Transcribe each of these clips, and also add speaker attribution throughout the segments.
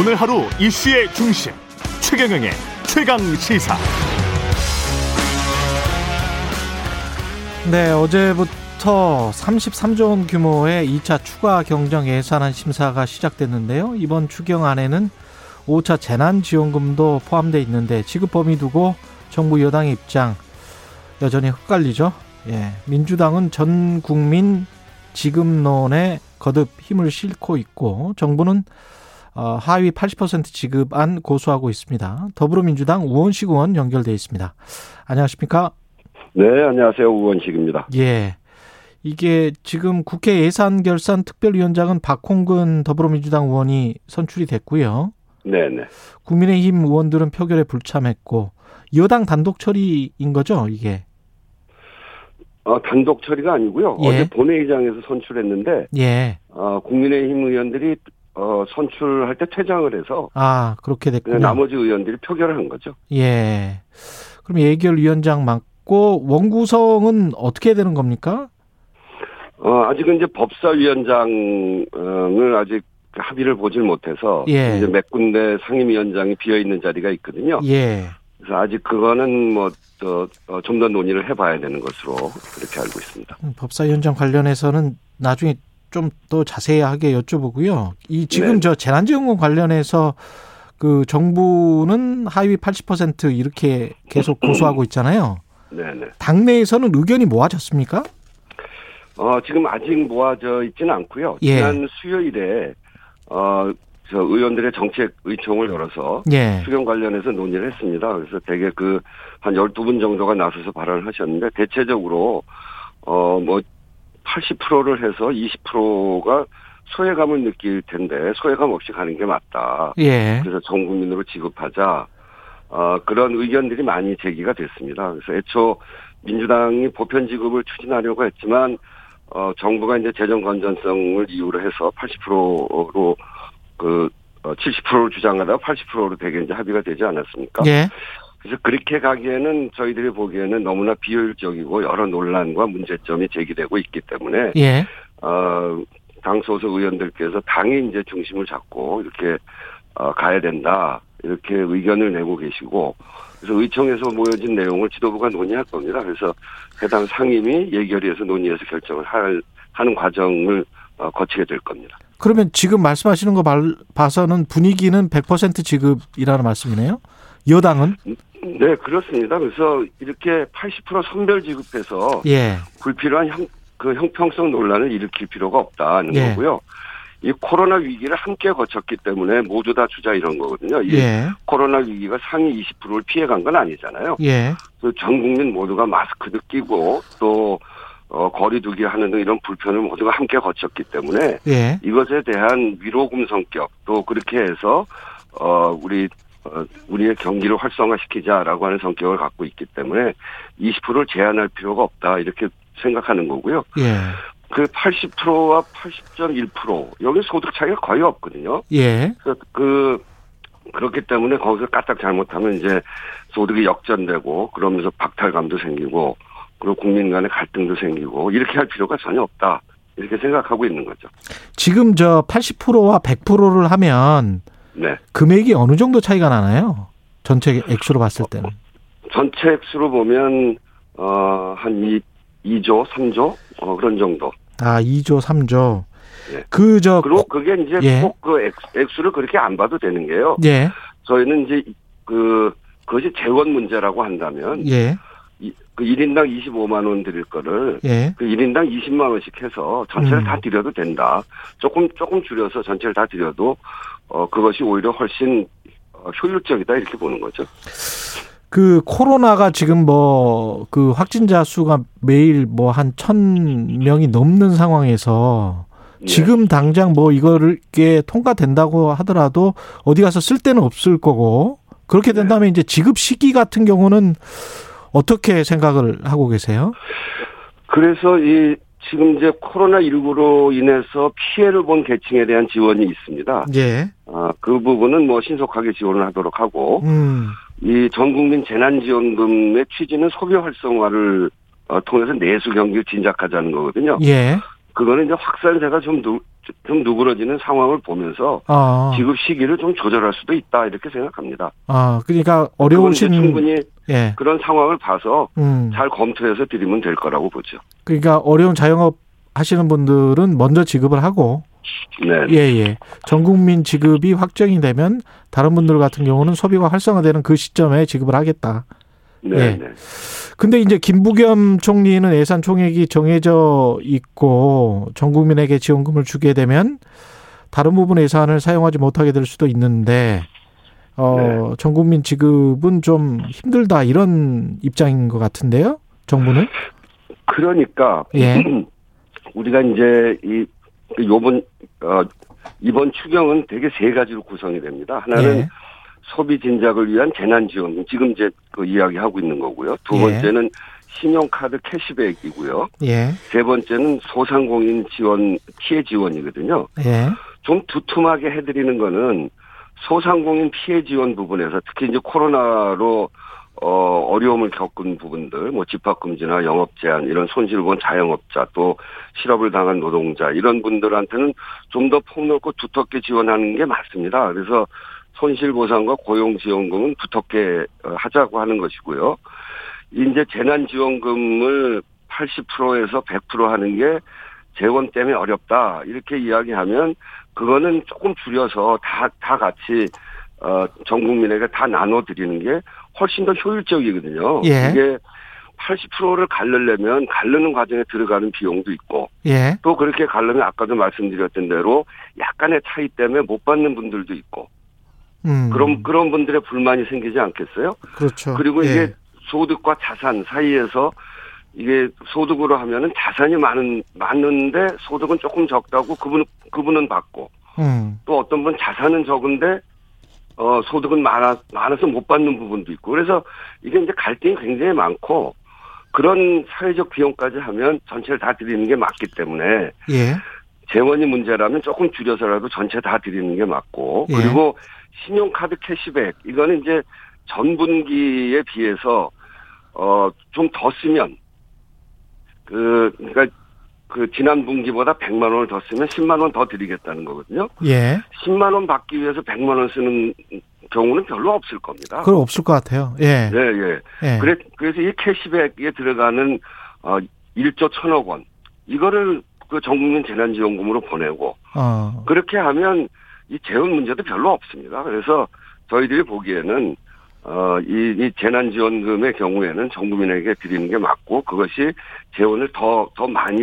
Speaker 1: 오늘 하루 이슈의 중심 최경영의 최강 시사.
Speaker 2: 네, 어제부터 33조 원 규모의 2차 추가 경정 예산안 심사가 시작됐는데요. 이번 추경안에는 5차 재난지원금도 포함되어 있는데 지급 범위 두고 정부 여당의 입장 여전히 헷갈리죠. 예, 민주당은 전 국민 지급론에 거듭 힘을 싣고 있고 정부는 어, 하위 80% 지급안 고수하고 있습니다. 더불어민주당 우원식 의원 연결돼 있습니다. 안녕하십니까?
Speaker 3: 네, 안녕하세요. 우원식입니다.
Speaker 2: 예. 이게 지금 국회 예산결산특별위원장은 박홍근 더불어민주당 의원이 선출이 됐고요.
Speaker 3: 네네.
Speaker 2: 국민의힘 의원들은 표결에 불참했고 여당 단독 처리인 거죠, 이게.
Speaker 3: 어, 단독 처리가 아니고요.
Speaker 2: 예.
Speaker 3: 어제 본회의장에서 선출했는데
Speaker 2: 예.
Speaker 3: 어, 국민의힘 의원들이 어, 선출할 때 퇴장을 해서
Speaker 2: 아, 그렇게 됐군요.
Speaker 3: 그냥 네, 나머지 의원들이 표결을 한 거죠.
Speaker 2: 예. 그럼 예결위원장 맡고 원구성은 어떻게 되는 겁니까?
Speaker 3: 어, 아직은 이제 법사위원장을 아직 합의를 보질 못해서
Speaker 2: 예.
Speaker 3: 이제 몇 군데 상임위원장이 비어 있는 자리가 있거든요.
Speaker 2: 예.
Speaker 3: 그래서 아직 그거는 뭐, 어, 뭐좀더 더 논의를 해봐야 되는 것으로 그렇게 알고 있습니다.
Speaker 2: 음, 법사위원장 관련해서는 나중에 좀 더 자세하게 여쭤보고요. 이 지금
Speaker 3: 네.
Speaker 2: 저 재난지원금 관련해서 그 정부는 하위 80% 이렇게 계속 고수하고 있잖아요.
Speaker 3: 네네.
Speaker 2: 당내에서는 의견이 모아졌습니까?
Speaker 3: 어, 지금 아직 모아져 있지는 않고요.
Speaker 2: 예.
Speaker 3: 지난 수요일에 어, 저 의원들의 정책 의총을 열어서
Speaker 2: 예.
Speaker 3: 수경 관련해서 논의를 했습니다. 그래서 대개 그 한 12분 정도가 나서서 발언을 하셨는데 대체적으로 어, 뭐 80%를 해서 20%가 소외감을 느낄 텐데 소외감 없이 가는 게 맞다.
Speaker 2: 예.
Speaker 3: 그래서 전 국민으로 지급하자. 어, 그런 의견들이 많이 제기가 됐습니다. 그래서 애초 민주당이 보편 지급을 추진하려고 했지만 어, 정부가 이제 재정 건전성을 이유로 해서 80%로 그 어, 70%를 주장하다가 80%로 되게 이제 합의가 되지 않았습니까?
Speaker 2: 예.
Speaker 3: 그래서 그렇게 가기에는 저희들이 보기에는 너무나 비효율적이고 여러 논란과 문제점이 제기되고 있기 때문에
Speaker 2: 예.
Speaker 3: 어, 당 소속 의원들께서 당이 이제 중심을 잡고 이렇게 어, 가야 된다 이렇게 의견을 내고 계시고 그래서 의총에서 모여진 내용을 지도부가 논의할 겁니다. 그래서 해당 상임위 예결위에서 논의해서 결정을 할, 하는 과정을 어, 거치게 될 겁니다.
Speaker 2: 그러면 지금 말씀하시는 거 말- 봐서는 분위기는 100% 지급이라는 말씀이네요. 여당은?
Speaker 3: 네 그렇습니다. 그래서 이렇게 80% 선별 지급해서
Speaker 2: 예.
Speaker 3: 불필요한 형, 그 형평성 논란을 일으킬 필요가 없다는
Speaker 2: 예.
Speaker 3: 거고요. 이 코로나 위기를 함께 거쳤기 때문에 모두 다 주자 이런 거거든요. 이
Speaker 2: 예.
Speaker 3: 코로나 위기가 상위 20%를 피해간 건 아니잖아요.
Speaker 2: 예.
Speaker 3: 그래서 전 국민 모두가 마스크도 끼고 또 어, 거리두기 하는 등 이런 불편을 모두가 함께 거쳤기 때문에
Speaker 2: 예.
Speaker 3: 이것에 대한 위로금 성격 또 그렇게 해서 어, 우리 어, 우리의 경기를 활성화시키자라고 하는 성격을 갖고 있기 때문에 20%를 제한할 필요가 없다 이렇게 생각하는 거고요.
Speaker 2: 예.
Speaker 3: 그 80%와 80.1% 여기 소득 차이가 거의 없거든요.
Speaker 2: 예.
Speaker 3: 그래서 그 그렇기 때문에 거기서 까딱 잘못하면 이제 소득이 역전되고 그러면서 박탈감도 생기고 그리고 국민 간의 갈등도 생기고 이렇게 할 필요가 전혀 없다 이렇게 생각하고 있는 거죠.
Speaker 2: 지금 저 80%와 100%를 하면
Speaker 3: 네,
Speaker 2: 금액이 어느 정도 차이가 나나요? 전체 액수로 봤을 때는.
Speaker 3: 전체 액수로 보면 어한 2조, 3조 어 그런 정도.
Speaker 2: 아, 2조, 3조.
Speaker 3: 예.
Speaker 2: 그, 저,
Speaker 3: 그리고 그게 이제
Speaker 2: 예.
Speaker 3: 꼭 그 액수를 그렇게 안 봐도 되는 게요.
Speaker 2: 예,
Speaker 3: 저희는 이제 그 그것이 재원 문제라고 한다면
Speaker 2: 예,
Speaker 3: 이- 그 1인당 25만 원 드릴 거를
Speaker 2: 예,
Speaker 3: 그 1인당 20만 원씩 해서 전체를
Speaker 2: 음.
Speaker 3: 다 드려도 된다. 조금 조금 줄여서 전체를 다 드려도 어 그것이 오히려 훨씬 어, 효율적이다 이렇게 보는 거죠.
Speaker 2: 그 코로나가 지금 뭐 그 확진자 수가 매일 뭐 한 천 명이 넘는 상황에서
Speaker 3: 예.
Speaker 2: 지금 당장 뭐 이거를 이게 통과된다고 하더라도 어디 가서 쓸 데는 없을 거고 그렇게
Speaker 3: 예.
Speaker 2: 된다면 이제 지급 시기 같은 경우는 어떻게 생각을 하고 계세요?
Speaker 3: 그래서 이 지금 이제 코로나 19로 인해서 피해를 본 계층에 대한 지원이 있습니다.
Speaker 2: 예,
Speaker 3: 아, 그 부분은 뭐 신속하게 지원을 하도록 하고
Speaker 2: 음,
Speaker 3: 이 전국민 재난지원금의 취지는 소비 활성화를 어, 통해서 내수 경기를 진작하자는 거거든요.
Speaker 2: 예,
Speaker 3: 그거는 이제 확산세가 좀 누- 좀 누그러지는 상황을 보면서
Speaker 2: 아,
Speaker 3: 지급 시기를 좀 조절할 수도 있다 이렇게 생각합니다.
Speaker 2: 아, 그러니까
Speaker 3: 그건 이제
Speaker 2: 어려우신
Speaker 3: 충분히
Speaker 2: 예,
Speaker 3: 그런 상황을 봐서
Speaker 2: 음,
Speaker 3: 잘 검토해서 드리면 될 거라고 보죠.
Speaker 2: 그러니까 어려운 자영업 하시는 분들은 먼저 지급을 하고
Speaker 3: 네.
Speaker 2: 예, 예. 전 국민 지급이 확정이 되면 다른 분들 같은 경우는 소비가 활성화되는 그 시점에 지급을 하겠다.
Speaker 3: 네,
Speaker 2: 예.
Speaker 3: 네.
Speaker 2: 근데 이제 김부겸 총리는 예산 총액이 정해져 있고 전 국민에게 지원금을 주게 되면 다른 부분 예산을 사용하지 못하게 될 수도 있는데 어,
Speaker 3: 네.
Speaker 2: 전 국민 지급은 좀 힘들다 이런 입장인 것 같은데요. 정부는?
Speaker 3: 그러니까
Speaker 2: 예.
Speaker 3: 우리가 이제 이 요번 어, 이번 추경은 되게 세 가지로 구성이 됩니다. 하나는
Speaker 2: 예.
Speaker 3: 소비 진작을 위한 재난 지원금 지금 이제 그 이야기하고 있는 거고요. 두
Speaker 2: 예.
Speaker 3: 번째는 신용카드 캐시백이고요.
Speaker 2: 예.
Speaker 3: 세 번째는 소상공인 지원 피해 지원이거든요.
Speaker 2: 예.
Speaker 3: 좀 두툼하게 해드리는 거는 소상공인 피해 지원 부분에서 특히 이제 코로나로 어, 어려움을 겪은 부분들, 뭐 집합금지나 영업 제한, 이런 손실을 본 자영업자, 또 실업을 당한 노동자, 이런 분들한테는 좀 더 폭넓고 두텁게 지원하는 게 맞습니다. 그래서 손실보상과 고용지원금은 두텁게 어, 하자고 하는 것이고요. 이제 재난지원금을 80%에서 100% 하는 게 재원 때문에 어렵다. 이렇게 이야기하면 그거는 조금 줄여서 다, 다 같이, 어, 전 국민에게 다 나눠드리는 게 훨씬 더 효율적이거든요.
Speaker 2: 예.
Speaker 3: 이게 80%를 갈르려면 갈르는 과정에 들어가는 비용도 있고
Speaker 2: 예.
Speaker 3: 또 그렇게 갈르면 아까도 말씀드렸던 대로 약간의 차이 때문에 못 받는 분들도 있고
Speaker 2: 음.
Speaker 3: 그런 그런 분들의 불만이 생기지 않겠어요?
Speaker 2: 그렇죠.
Speaker 3: 그리고
Speaker 2: 예.
Speaker 3: 이게 소득과 자산 사이에서 이게 소득으로 하면은 자산이 많은 많은데 소득은 조금 적다고 그분 그분은 받고
Speaker 2: 음.
Speaker 3: 또 어떤 분 자산은 적은데 어 소득은 많아 많아서 못 받는 부분도 있고 그래서 이게 이제 갈등이 굉장히 많고 그런 사회적 비용까지 하면 전체를 다 드리는 게 맞기 때문에
Speaker 2: 예.
Speaker 3: 재원이 문제라면 조금 줄여서라도 전체 다 드리는 게 맞고
Speaker 2: 예.
Speaker 3: 그리고 신용카드 캐시백 이거는 이제 전 분기에 비해서 어 좀 더 쓰면 그 그러니까 그 지난 분기보다 100만 원을 더 쓰면 10만 원 더 드리겠다는 거거든요.
Speaker 2: 예.
Speaker 3: 10만 원 받기 위해서 100만 원 쓰는 경우는 별로 없을 겁니다.
Speaker 2: 그건 없을 것 같아요. 예.
Speaker 3: 예, 예.
Speaker 2: 예.
Speaker 3: 아. 그래, 그래서 이 캐시백에 들어가는 어 1조 1000억 원 이거를 그 전국민 재난지원금으로 보내고
Speaker 2: 어.
Speaker 3: 그렇게 하면 이 재원 문제도 별로 없습니다. 그래서 저희들이 보기에는 어, 이, 이 재난지원금의 경우에는 전 국민에게 드리는 게 맞고 그것이 재원을 더, 더 많이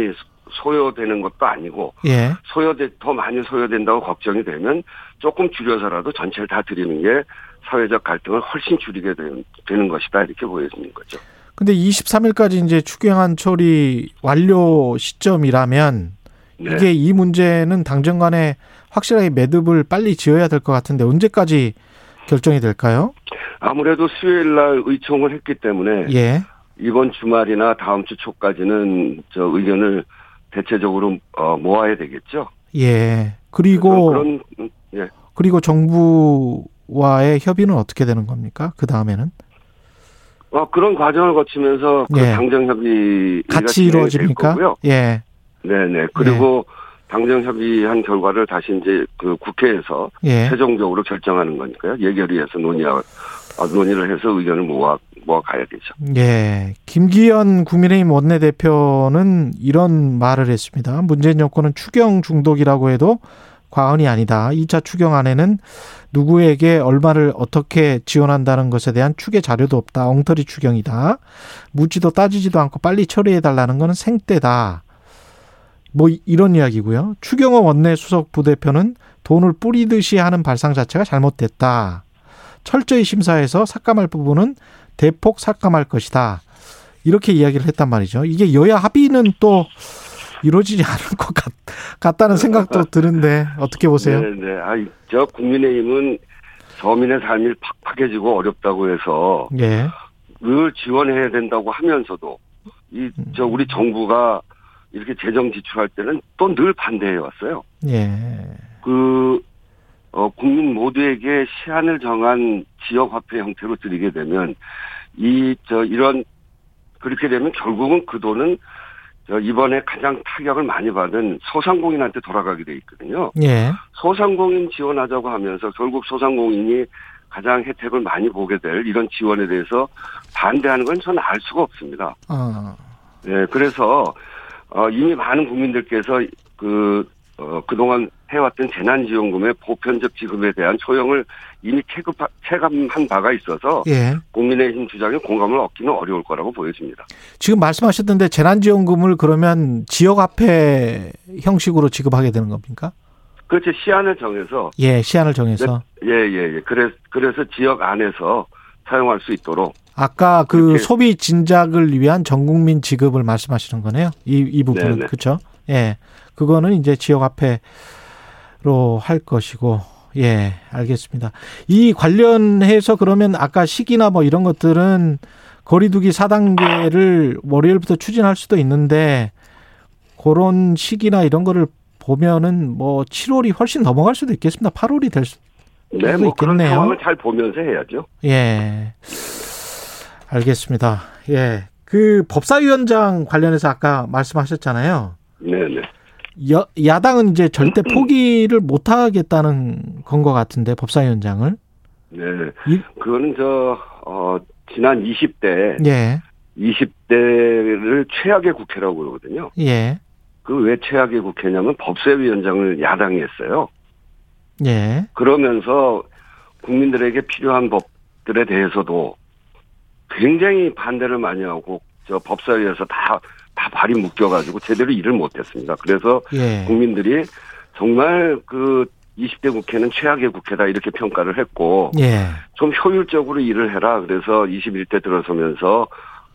Speaker 3: 소요되는 것도 아니고
Speaker 2: 예.
Speaker 3: 소요돼 더 많이 소요된다고 걱정이 되면 조금 줄여서라도 전체를 다 드리는 게 사회적 갈등을 훨씬 줄이게 되는, 되는 것이다 이렇게 보여지는 거죠.
Speaker 2: 근데 23일까지 이제 추경안 처리 완료 시점이라면
Speaker 3: 네.
Speaker 2: 이게 이 문제는 당정 간에 확실하게 매듭을 빨리 지어야 될 것 같은데 언제까지 결정이 될까요?
Speaker 3: 아무래도 수요일 날 의총을 했기 때문에
Speaker 2: 예.
Speaker 3: 이번 주말이나 다음 주 초까지는 저 의견을 대체적으로 어, 모아야 되겠죠.
Speaker 2: 예.
Speaker 3: 그래서
Speaker 2: 그리고
Speaker 3: 그런 음, 예.
Speaker 2: 그리고 정부와의 협의는 어떻게 되는 겁니까? 그 다음에는
Speaker 3: 어, 그런 과정을 거치면서 그
Speaker 2: 예.
Speaker 3: 당정 협의가
Speaker 2: 같이 이루어집니까?
Speaker 3: 거고요.
Speaker 2: 예.
Speaker 3: 네네. 그리고 당정 협의한 결과를 다시 이제 그 국회에서
Speaker 2: 예.
Speaker 3: 최종적으로 결정하는 거니까요. 예결위에서 논의 논의를 해서 의견을 모아 모아 가야 되죠.
Speaker 2: 예. 김기현 국민의힘 원내대표는 이런 말을 했습니다. 문재인 정권은 추경 중독이라고 해도 과언이 아니다. 2차 추경 안에는 누구에게 얼마를 어떻게 지원한다는 것에 대한 추계 자료도 없다. 엉터리 추경이다. 묻지도 따지지도 않고 빨리 처리해달라는 것은 생떼다. 뭐 이- 이런 이야기고요. 추경호 원내 수석 부대표는 돈을 뿌리듯이 하는 발상 자체가 잘못됐다. 철저히 심사해서 삭감할 부분은 대폭 삭감할 것이다. 이렇게 이야기를 했단 말이죠. 이게 여야 합의는 또 이루어지지 않을 것 같, 같다는 생각도 드는데 어떻게 보세요?
Speaker 3: 네네. 아이 저 국민의힘은 서민의 삶이 팍팍해지고 어렵다고 해서
Speaker 2: 예.
Speaker 3: 늘 지원해야 된다고 하면서도 이 저 우리 정부가 이렇게 재정 지출할 때는 또 늘 반대해 왔어요.
Speaker 2: 예.
Speaker 3: 그 어, 국민 모두에게 시한을 정한 지역 화폐 형태로 드리게 되면 이 저 이런 그렇게 되면 결국은 그 돈은 어, 이번에 가장 타격을 많이 받은 소상공인한테 돌아가게 돼 있거든요.
Speaker 2: 예.
Speaker 3: 소상공인 지원하자고 하면서 결국 소상공인이 가장 혜택을 많이 보게 될 이런 지원에 대해서 반대하는 건 저는 알 수가 없습니다.
Speaker 2: 어,
Speaker 3: 예, 그래서 어, 이미 많은 국민들께서 그 어, 그동안 해왔던 재난지원금의 보편적 지급에 대한 소용을 이미 체급, 체감한 바가 있어서
Speaker 2: 예.
Speaker 3: 국민의힘 주장에 공감을 얻기는 어려울 거라고 보여집니다.
Speaker 2: 지금 말씀하셨던데 재난지원금을 그러면 지역 화폐 형식으로 지급하게 되는 겁니까?
Speaker 3: 그렇지 시안을 정해서
Speaker 2: 예, 시안을 정해서.
Speaker 3: 예예예 그래서 그래서 지역 안에서 사용할 수 있도록
Speaker 2: 아까 그
Speaker 3: 그렇게-
Speaker 2: 소비 진작을 위한 전국민 지급을 말씀하시는 거네요. 이, 이 부분은
Speaker 3: 네네.
Speaker 2: 그렇죠. 예, 그거는 이제 지역 화폐로 할 것이고, 예, 알겠습니다. 이 관련해서 그러면 아까 시기나 뭐 이런 것들은 거리두기 4단계를 월요일부터 추진할 수도 있는데 그런 시기나 이런 거를 보면은 뭐 7월이 훨씬 넘어갈 수도 있겠습니다. 8월이 될 수,
Speaker 3: 네
Speaker 2: 그것도
Speaker 3: 뭐 그런
Speaker 2: 있겠네요.
Speaker 3: 상황을 잘 보면서 해야죠.
Speaker 2: 예. 알겠습니다. 예. 그 법사위원장 관련해서 아까 말씀하셨잖아요.
Speaker 3: 네네
Speaker 2: 여, 야당은 이제 절대 포기를 못 하겠다는 건 것 같은데 법사위원장을.
Speaker 3: 네
Speaker 2: 이-
Speaker 3: 그거는 저 어, 지난 20대
Speaker 2: 예.
Speaker 3: 20대를 최악의 국회라고 그러거든요.
Speaker 2: 예.
Speaker 3: 그 왜 최악의 국회냐면 법사위원장을 야당이 했어요.
Speaker 2: 예.
Speaker 3: 그러면서 국민들에게 필요한 법들에 대해서도 굉장히 반대를 많이 하고 저 법사위에서 다, 다 발이 묶여가지고 제대로 일을 못했습니다. 그래서
Speaker 2: 예.
Speaker 3: 국민들이 정말 그 20대 국회는 최악의 국회다 이렇게 평가를 했고
Speaker 2: 예.
Speaker 3: 좀 효율적으로 일을 해라 그래서 21대 들어서면서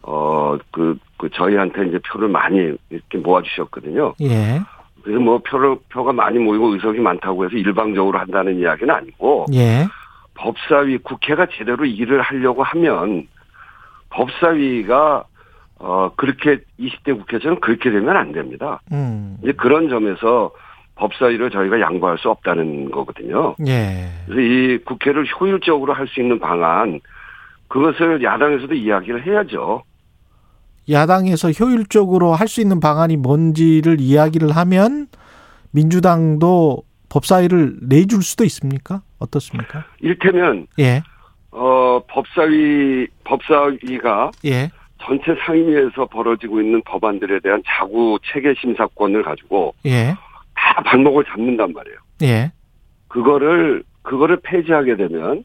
Speaker 3: 어그 그 저희한테 이제 표를 많이 이렇게 모아주셨거든요.
Speaker 2: 예.
Speaker 3: 그래서 뭐 표를 표가 많이 모이고 의석이 많다고 해서 일방적으로 한다는 이야기는 아니고
Speaker 2: 예.
Speaker 3: 법사위 국회가 제대로 일을 하려고 하면 법사위가 어 그렇게 20대 국회처럼 그렇게 되면 안 됩니다.
Speaker 2: 음.
Speaker 3: 이제 그런 점에서 법사위를 저희가 양보할 수 없다는 거거든요.
Speaker 2: 예.
Speaker 3: 그래서 이 국회를 효율적으로 할 수 있는 방안 그것을 야당에서도 이야기를 해야죠.
Speaker 2: 야당에서 효율적으로 할 수 있는 방안이 뭔지를 이야기를 하면 민주당도 법사위를 내줄 수도 있습니까? 어떻습니까?
Speaker 3: 일테면
Speaker 2: 예.
Speaker 3: 어 법사위 법사위가
Speaker 2: 예.
Speaker 3: 전체 상임위에서 벌어지고 있는 법안들에 대한 자구 체계 심사권을 가지고
Speaker 2: 예.
Speaker 3: 다 발목을 잡는단 말이에요.
Speaker 2: 예.
Speaker 3: 그거를 그거를 폐지하게 되면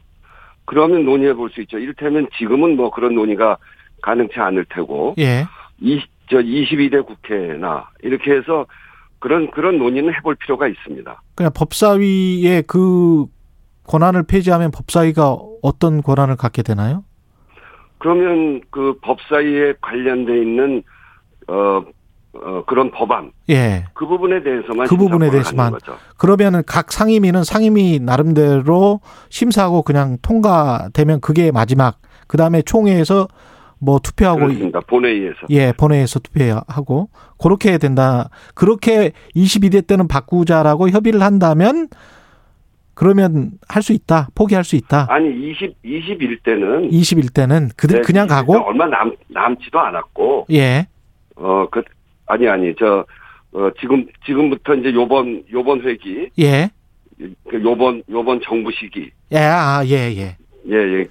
Speaker 3: 그러면 논의해 볼 수 있죠. 이를테면 지금은 뭐 그런 논의가 가능치 않을 테고
Speaker 2: 예.
Speaker 3: 이, 저 22대 국회나 이렇게 해서 그런 그런 논의는 해볼 필요가 있습니다.
Speaker 2: 그냥 법사위의 그 권한을 폐지하면 법사위가 어떤 권한을 갖게 되나요?
Speaker 3: 그러면 그 법사위에 관련돼 있는 어, 어, 그런 법안
Speaker 2: 예.
Speaker 3: 그 부분에 대해서만
Speaker 2: 그 부분에
Speaker 3: 심사권을
Speaker 2: 대해서만.
Speaker 3: 갖는 거죠.
Speaker 2: 그러면은 각 상임위는 상임위 나름대로 심사하고 그냥 통과되면 그게 마지막. 그 다음에 총회에서 뭐 투표하고
Speaker 3: 그렇습니다. 본회의에서
Speaker 2: 예 본회의에서 투표하고 그렇게 된다. 그렇게 22대 때는 바꾸자라고 협의를 한다면 그러면 할 수 있다. 포기할 수 있다.
Speaker 3: 아니 20 21대는
Speaker 2: 21대는 그들
Speaker 3: 네,
Speaker 2: 그냥 가고
Speaker 3: 얼마 남 남지도 않았고
Speaker 2: 예.
Speaker 3: 어 그 아니 아니 저 어, 지금 지금부터 이제 요번 요번 회기
Speaker 2: 예.
Speaker 3: 그 요번 요번 정부 시기
Speaker 2: 예, 아, 예, 예.
Speaker 3: 예예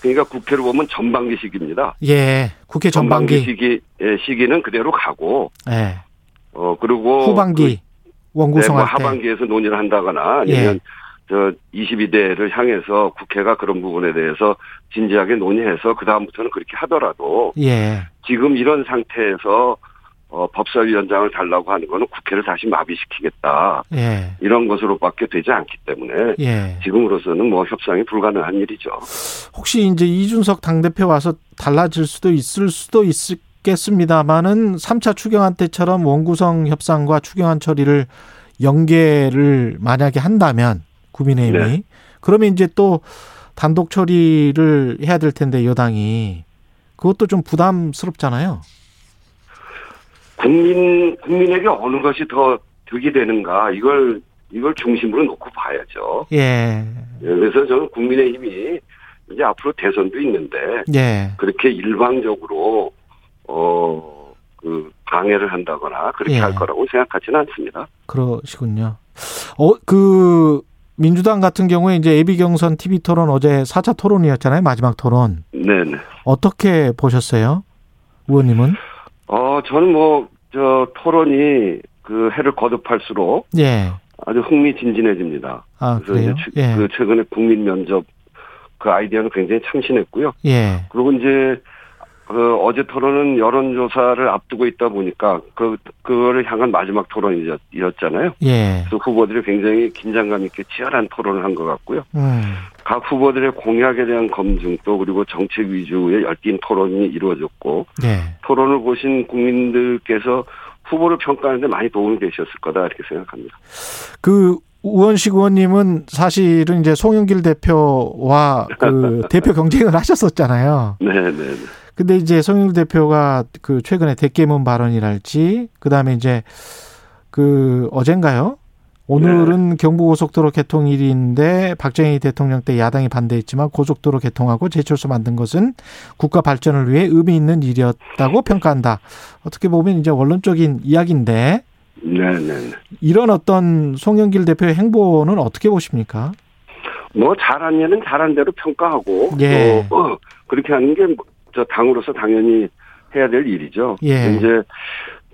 Speaker 3: 그러니까 국회를 보면 전반기 시기입니다.
Speaker 2: 예.
Speaker 3: 그
Speaker 2: 국회 전반기.
Speaker 3: 시기 예, 시기는 그대로 가고
Speaker 2: 예.
Speaker 3: 어 그리고
Speaker 2: 후반기.
Speaker 3: 그, 네, 뭐
Speaker 2: 원구성할 때.
Speaker 3: 하반기에서 논의를 한다거나
Speaker 2: 예.
Speaker 3: 아니면 저 22대를 향해서 국회가 그런 부분에 대해서 진지하게 논의해서 그 다음부터는 그렇게 하더라도
Speaker 2: 예.
Speaker 3: 지금 이런 상태에서 어, 법사위원장을 달라고 하는 거는 국회를 다시 마비시키겠다.
Speaker 2: 예.
Speaker 3: 이런 것으로밖에 되지 않기 때문에
Speaker 2: 예.
Speaker 3: 지금으로서는 뭐 협상이 불가능한 일이죠.
Speaker 2: 혹시 이제 이준석 당대표 와서 달라질 수도 있을 수도 있겠습니다만은 3차 추경안 때처럼 원구성 협상과 추경안 처리를 연계를 만약에 한다면 국민의힘이
Speaker 3: 네.
Speaker 2: 그러면 이제 또 단독 처리를 해야 될 텐데 여당이 그것도 좀 부담스럽잖아요.
Speaker 3: 국민 국민에게 어느 것이 더 득이 되는가 이걸 이걸 중심으로 놓고 봐야죠.
Speaker 2: 예.
Speaker 3: 예, 그래서 저는 국민의힘이 이제 앞으로 대선도 있는데
Speaker 2: 예.
Speaker 3: 그렇게 일방적으로 어. 그 그 방해를 한다거나 그렇게
Speaker 2: 예.
Speaker 3: 할 거라고 생각하지는 않습니다.
Speaker 2: 그러시군요. 어, 그, 민주당 같은 경우에 이제 예비 경선 TV 토론 어제 4차 토론이었잖아요. 마지막 토론.
Speaker 3: 네네.
Speaker 2: 어떻게 보셨어요? 의원님은?
Speaker 3: 어, 저는 뭐, 저, 토론이 그 해를 거듭할수록
Speaker 2: 예.
Speaker 3: 아주 흥미진진해집니다.
Speaker 2: 아,
Speaker 3: 그래서
Speaker 2: 그래요?
Speaker 3: 이제 최-
Speaker 2: 예.
Speaker 3: 그 최근에 국민 면접 그 아이디어는 굉장히 참신했고요.
Speaker 2: 예.
Speaker 3: 그리고 이제 그 어제 토론은 여론조사를 앞두고 있다 보니까 그, 그거를 향한 마지막 토론이었잖아요.
Speaker 2: 예.
Speaker 3: 그래서 후보들이 굉장히 긴장감 있게 치열한 토론을 한 것 같고요.
Speaker 2: 음.
Speaker 3: 각 후보들의 공약에 대한 검증 또 그리고 정책 위주의 열띤 토론이 이루어졌고
Speaker 2: 예.
Speaker 3: 토론을 보신 국민들께서 후보를 평가하는데 많이 도움이 되셨을 거다 이렇게 생각합니다.
Speaker 2: 그 우원식 의원님은 사실은 이제 송영길 대표와 그 대표 경쟁을 하셨었잖아요.
Speaker 3: 네네.
Speaker 2: 근데 이제 송영길 대표가 그 최근에 대깨문 발언이랄지 그다음에 이제 그 어젠가요? 오늘은
Speaker 3: 네.
Speaker 2: 경부고속도로 개통일인데 박정희 대통령 때 야당이 반대했지만 고속도로 개통하고 제철소 만든 것은 국가 발전을 위해 의미 있는 일이었다고 평가한다. 어떻게 보면 이제 원론적인 이야기인데
Speaker 3: 네네.
Speaker 2: 이런 어떤 송영길 대표의 행보는 어떻게 보십니까?
Speaker 3: 뭐 잘한 예는 잘한 대로 평가하고
Speaker 2: 예.
Speaker 3: 또 어, 그렇게 하는 게 저 당으로서 당연히 해야 될 일이죠.
Speaker 2: 예.
Speaker 3: 이제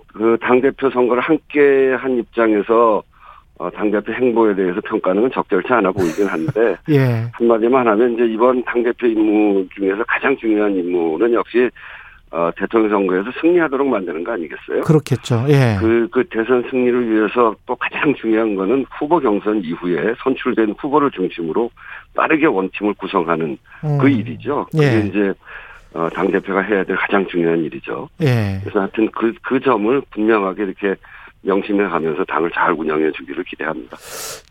Speaker 3: 그당 대표 선거를 함께 한 입장에서 어, 당 대표 행보에 대해서 평가하는 건 적절치 않아 보이긴 한데
Speaker 2: 예.
Speaker 3: 한마디만 하면 이제 이번 당 대표 임무 중에서 가장 중요한 임무는 역시 어, 대통령 선거에서 승리하도록 만드는 거 아니겠어요?
Speaker 2: 그렇겠죠. 예.
Speaker 3: 그, 그 대선 승리를 위해서 또 가장 중요한 거는 후보 경선 이후에 선출된 후보를 중심으로 빠르게 원팀을 구성하는
Speaker 2: 음.
Speaker 3: 그 일이죠. 그게
Speaker 2: 예.
Speaker 3: 이제, 어, 당대표가 해야 될 가장 중요한 일이죠.
Speaker 2: 예.
Speaker 3: 그래서 하여튼 그, 그 점을 분명하게 이렇게 명심해 가면서 당을 잘 운영해 주기를 기대합니다.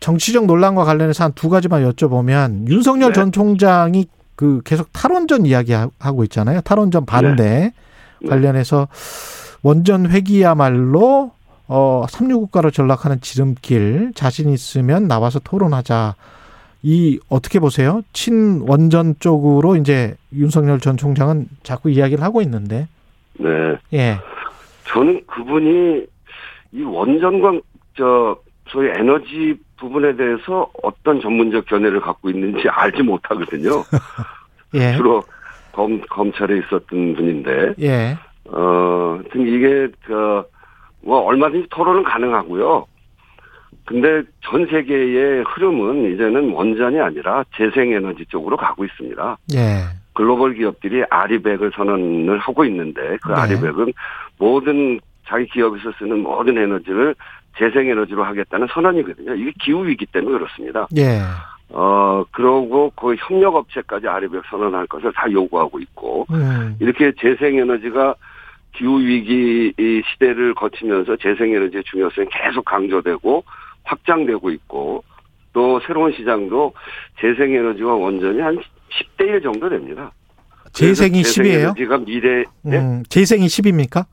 Speaker 2: 정치적 논란과 관련해서 한 두 가지만 여쭤보면 윤석열
Speaker 3: 네.
Speaker 2: 전 총장이 그 계속 탈원전 이야기하고 있잖아요. 탈원전 반대
Speaker 3: 네.
Speaker 2: 관련해서 원전 회기야말로 어 삼류 국가로 전락하는 지름길 자신 있으면 나와서 토론하자. 이 어떻게 보세요? 친원전 쪽으로 이제 윤석열 전 총장은 자꾸 이야기를 하고 있는데.
Speaker 3: 네.
Speaker 2: 예.
Speaker 3: 저는 그분이 이 원전과 저 소위 에너지 부분에 대해서 어떤 전문적 견해를 갖고 있는지 알지 못하거든요.
Speaker 2: 예.
Speaker 3: 주로 검 검찰에 있었던 분인데
Speaker 2: 예.
Speaker 3: 어, 하여튼 이게 그뭐 얼마든지 토론은 가능하고요. 근데 전 세계의 흐름은 이제는 원전이 아니라 재생에너지 쪽으로 가고 있습니다.
Speaker 2: 예.
Speaker 3: 글로벌 기업들이 아리백을 선언을 하고 있는데 그
Speaker 2: 네.
Speaker 3: 아리백은 모든 자기 기업에서 쓰는 모든 에너지를 재생 에너지로 하겠다는 선언이거든요. 이게 기후 위기 때문에 그렇습니다.
Speaker 2: 예.
Speaker 3: 어 그러고 그 협력 업체까지 아리백 선언할 것을 다 요구하고 있고
Speaker 2: 음.
Speaker 3: 이렇게 재생 에너지가 기후 위기 이 시대를 거치면서 재생 에너지의 중요성이 계속 강조되고 확장되고 있고 또 새로운 시장도 재생 에너지와 원전이 한 10대 1 정도 됩니다.
Speaker 2: 재생이
Speaker 3: 그래서
Speaker 2: 10이에요?
Speaker 3: 재생에너지가 미래, 네?
Speaker 2: 음, 재생이 10입니까?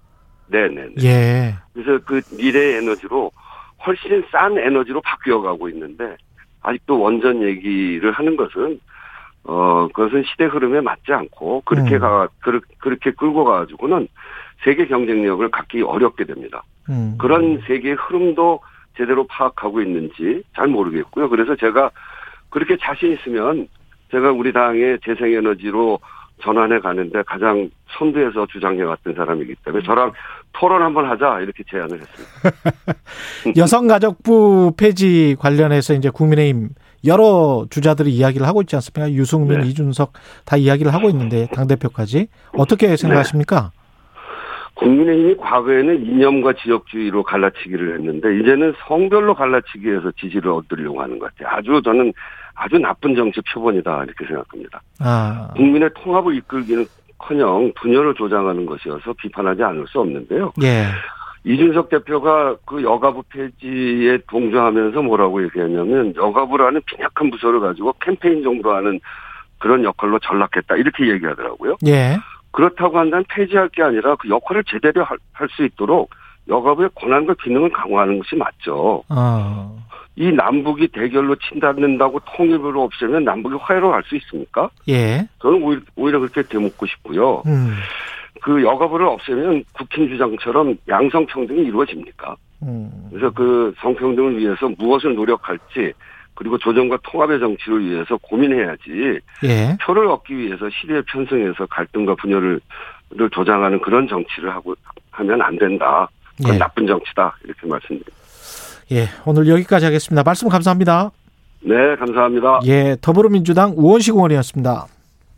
Speaker 3: 네, 네. 네.
Speaker 2: 예.
Speaker 3: 그래서 그 미래 에너지로 훨씬 싼 에너지로 바뀌어가고 있는데 아직도 원전 얘기를 하는 것은 어 그것은 시대 흐름에 맞지 않고 그렇게
Speaker 2: 음.
Speaker 3: 가 그르, 그렇게 끌고 가지고는 세계 경쟁력을 갖기 어렵게 됩니다.
Speaker 2: 음.
Speaker 3: 그런 세계의 흐름도 제대로 파악하고 있는지 잘 모르겠고요. 그래서 제가 그렇게 자신 있으면 제가 우리 당의 재생에너지로 전환해 가는데 가장 선두에서 주장해왔던 사람이기 때문에 저랑 토론 한번 하자 이렇게 제안을 했습니다.
Speaker 2: 여성가족부 폐지 관련해서 이제 국민의힘 여러 주자들이 이야기를 하고 있지 않습니까? 유승민,
Speaker 3: 네.
Speaker 2: 이준석 다 이야기를 하고 있는데 당대표까지 어떻게
Speaker 3: 네.
Speaker 2: 생각하십니까?
Speaker 3: 국민의힘이 과거에는 이념과 지역주의로 갈라치기를 했는데 이제는 성별로 갈라치기 해서 지지를 얻으려고 하는 것 같아요. 아주 저는 아주 나쁜 정치 표본이다 이렇게 생각합니다.
Speaker 2: 아,
Speaker 3: 국민의 통합을 이끌기는 커녕 분열을 조장하는 것이어서 비판하지 않을 수 없는데요.
Speaker 2: 예,
Speaker 3: 이준석 대표가 그 여가부 폐지에 동조하면서 뭐라고 얘기했냐면 여가부라는 빈약한 부서를 가지고 캠페인 정도 하는 그런 역할로 전락했다 이렇게 얘기하더라고요.
Speaker 2: 예,
Speaker 3: 그렇다고 한다면 폐지할 게 아니라 그 역할을 제대로 할 수 있도록 여가부의 권한과 기능을 강화하는 것이 맞죠.
Speaker 2: 어,
Speaker 3: 이 남북이 대결로 친다는다고 통일부를 없애면 남북이 화해로 갈 수 있습니까?
Speaker 2: 예,
Speaker 3: 저는 오히려, 오히려 그렇게 되묻고 싶고요.
Speaker 2: 음,
Speaker 3: 그 여가부를 없애면 국힘 주장처럼 양성평등이 이루어집니까?
Speaker 2: 음,
Speaker 3: 그래서 그 성평등을 위해서 무엇을 노력할지 그리고 조정과 통합의 정치를 위해서 고민해야지
Speaker 2: 예.
Speaker 3: 표를 얻기 위해서 시대에 편승해서 갈등과 분열을 를 조장하는 그런 정치를 하고 하면 안 된다. 그건
Speaker 2: 예.
Speaker 3: 나쁜 정치다 이렇게 말씀드립니다.
Speaker 2: 예. 오늘 여기까지 하겠습니다. 말씀 감사합니다.
Speaker 3: 네, 감사합니다.
Speaker 2: 예. 더불어민주당 우원식 의원이었습니다.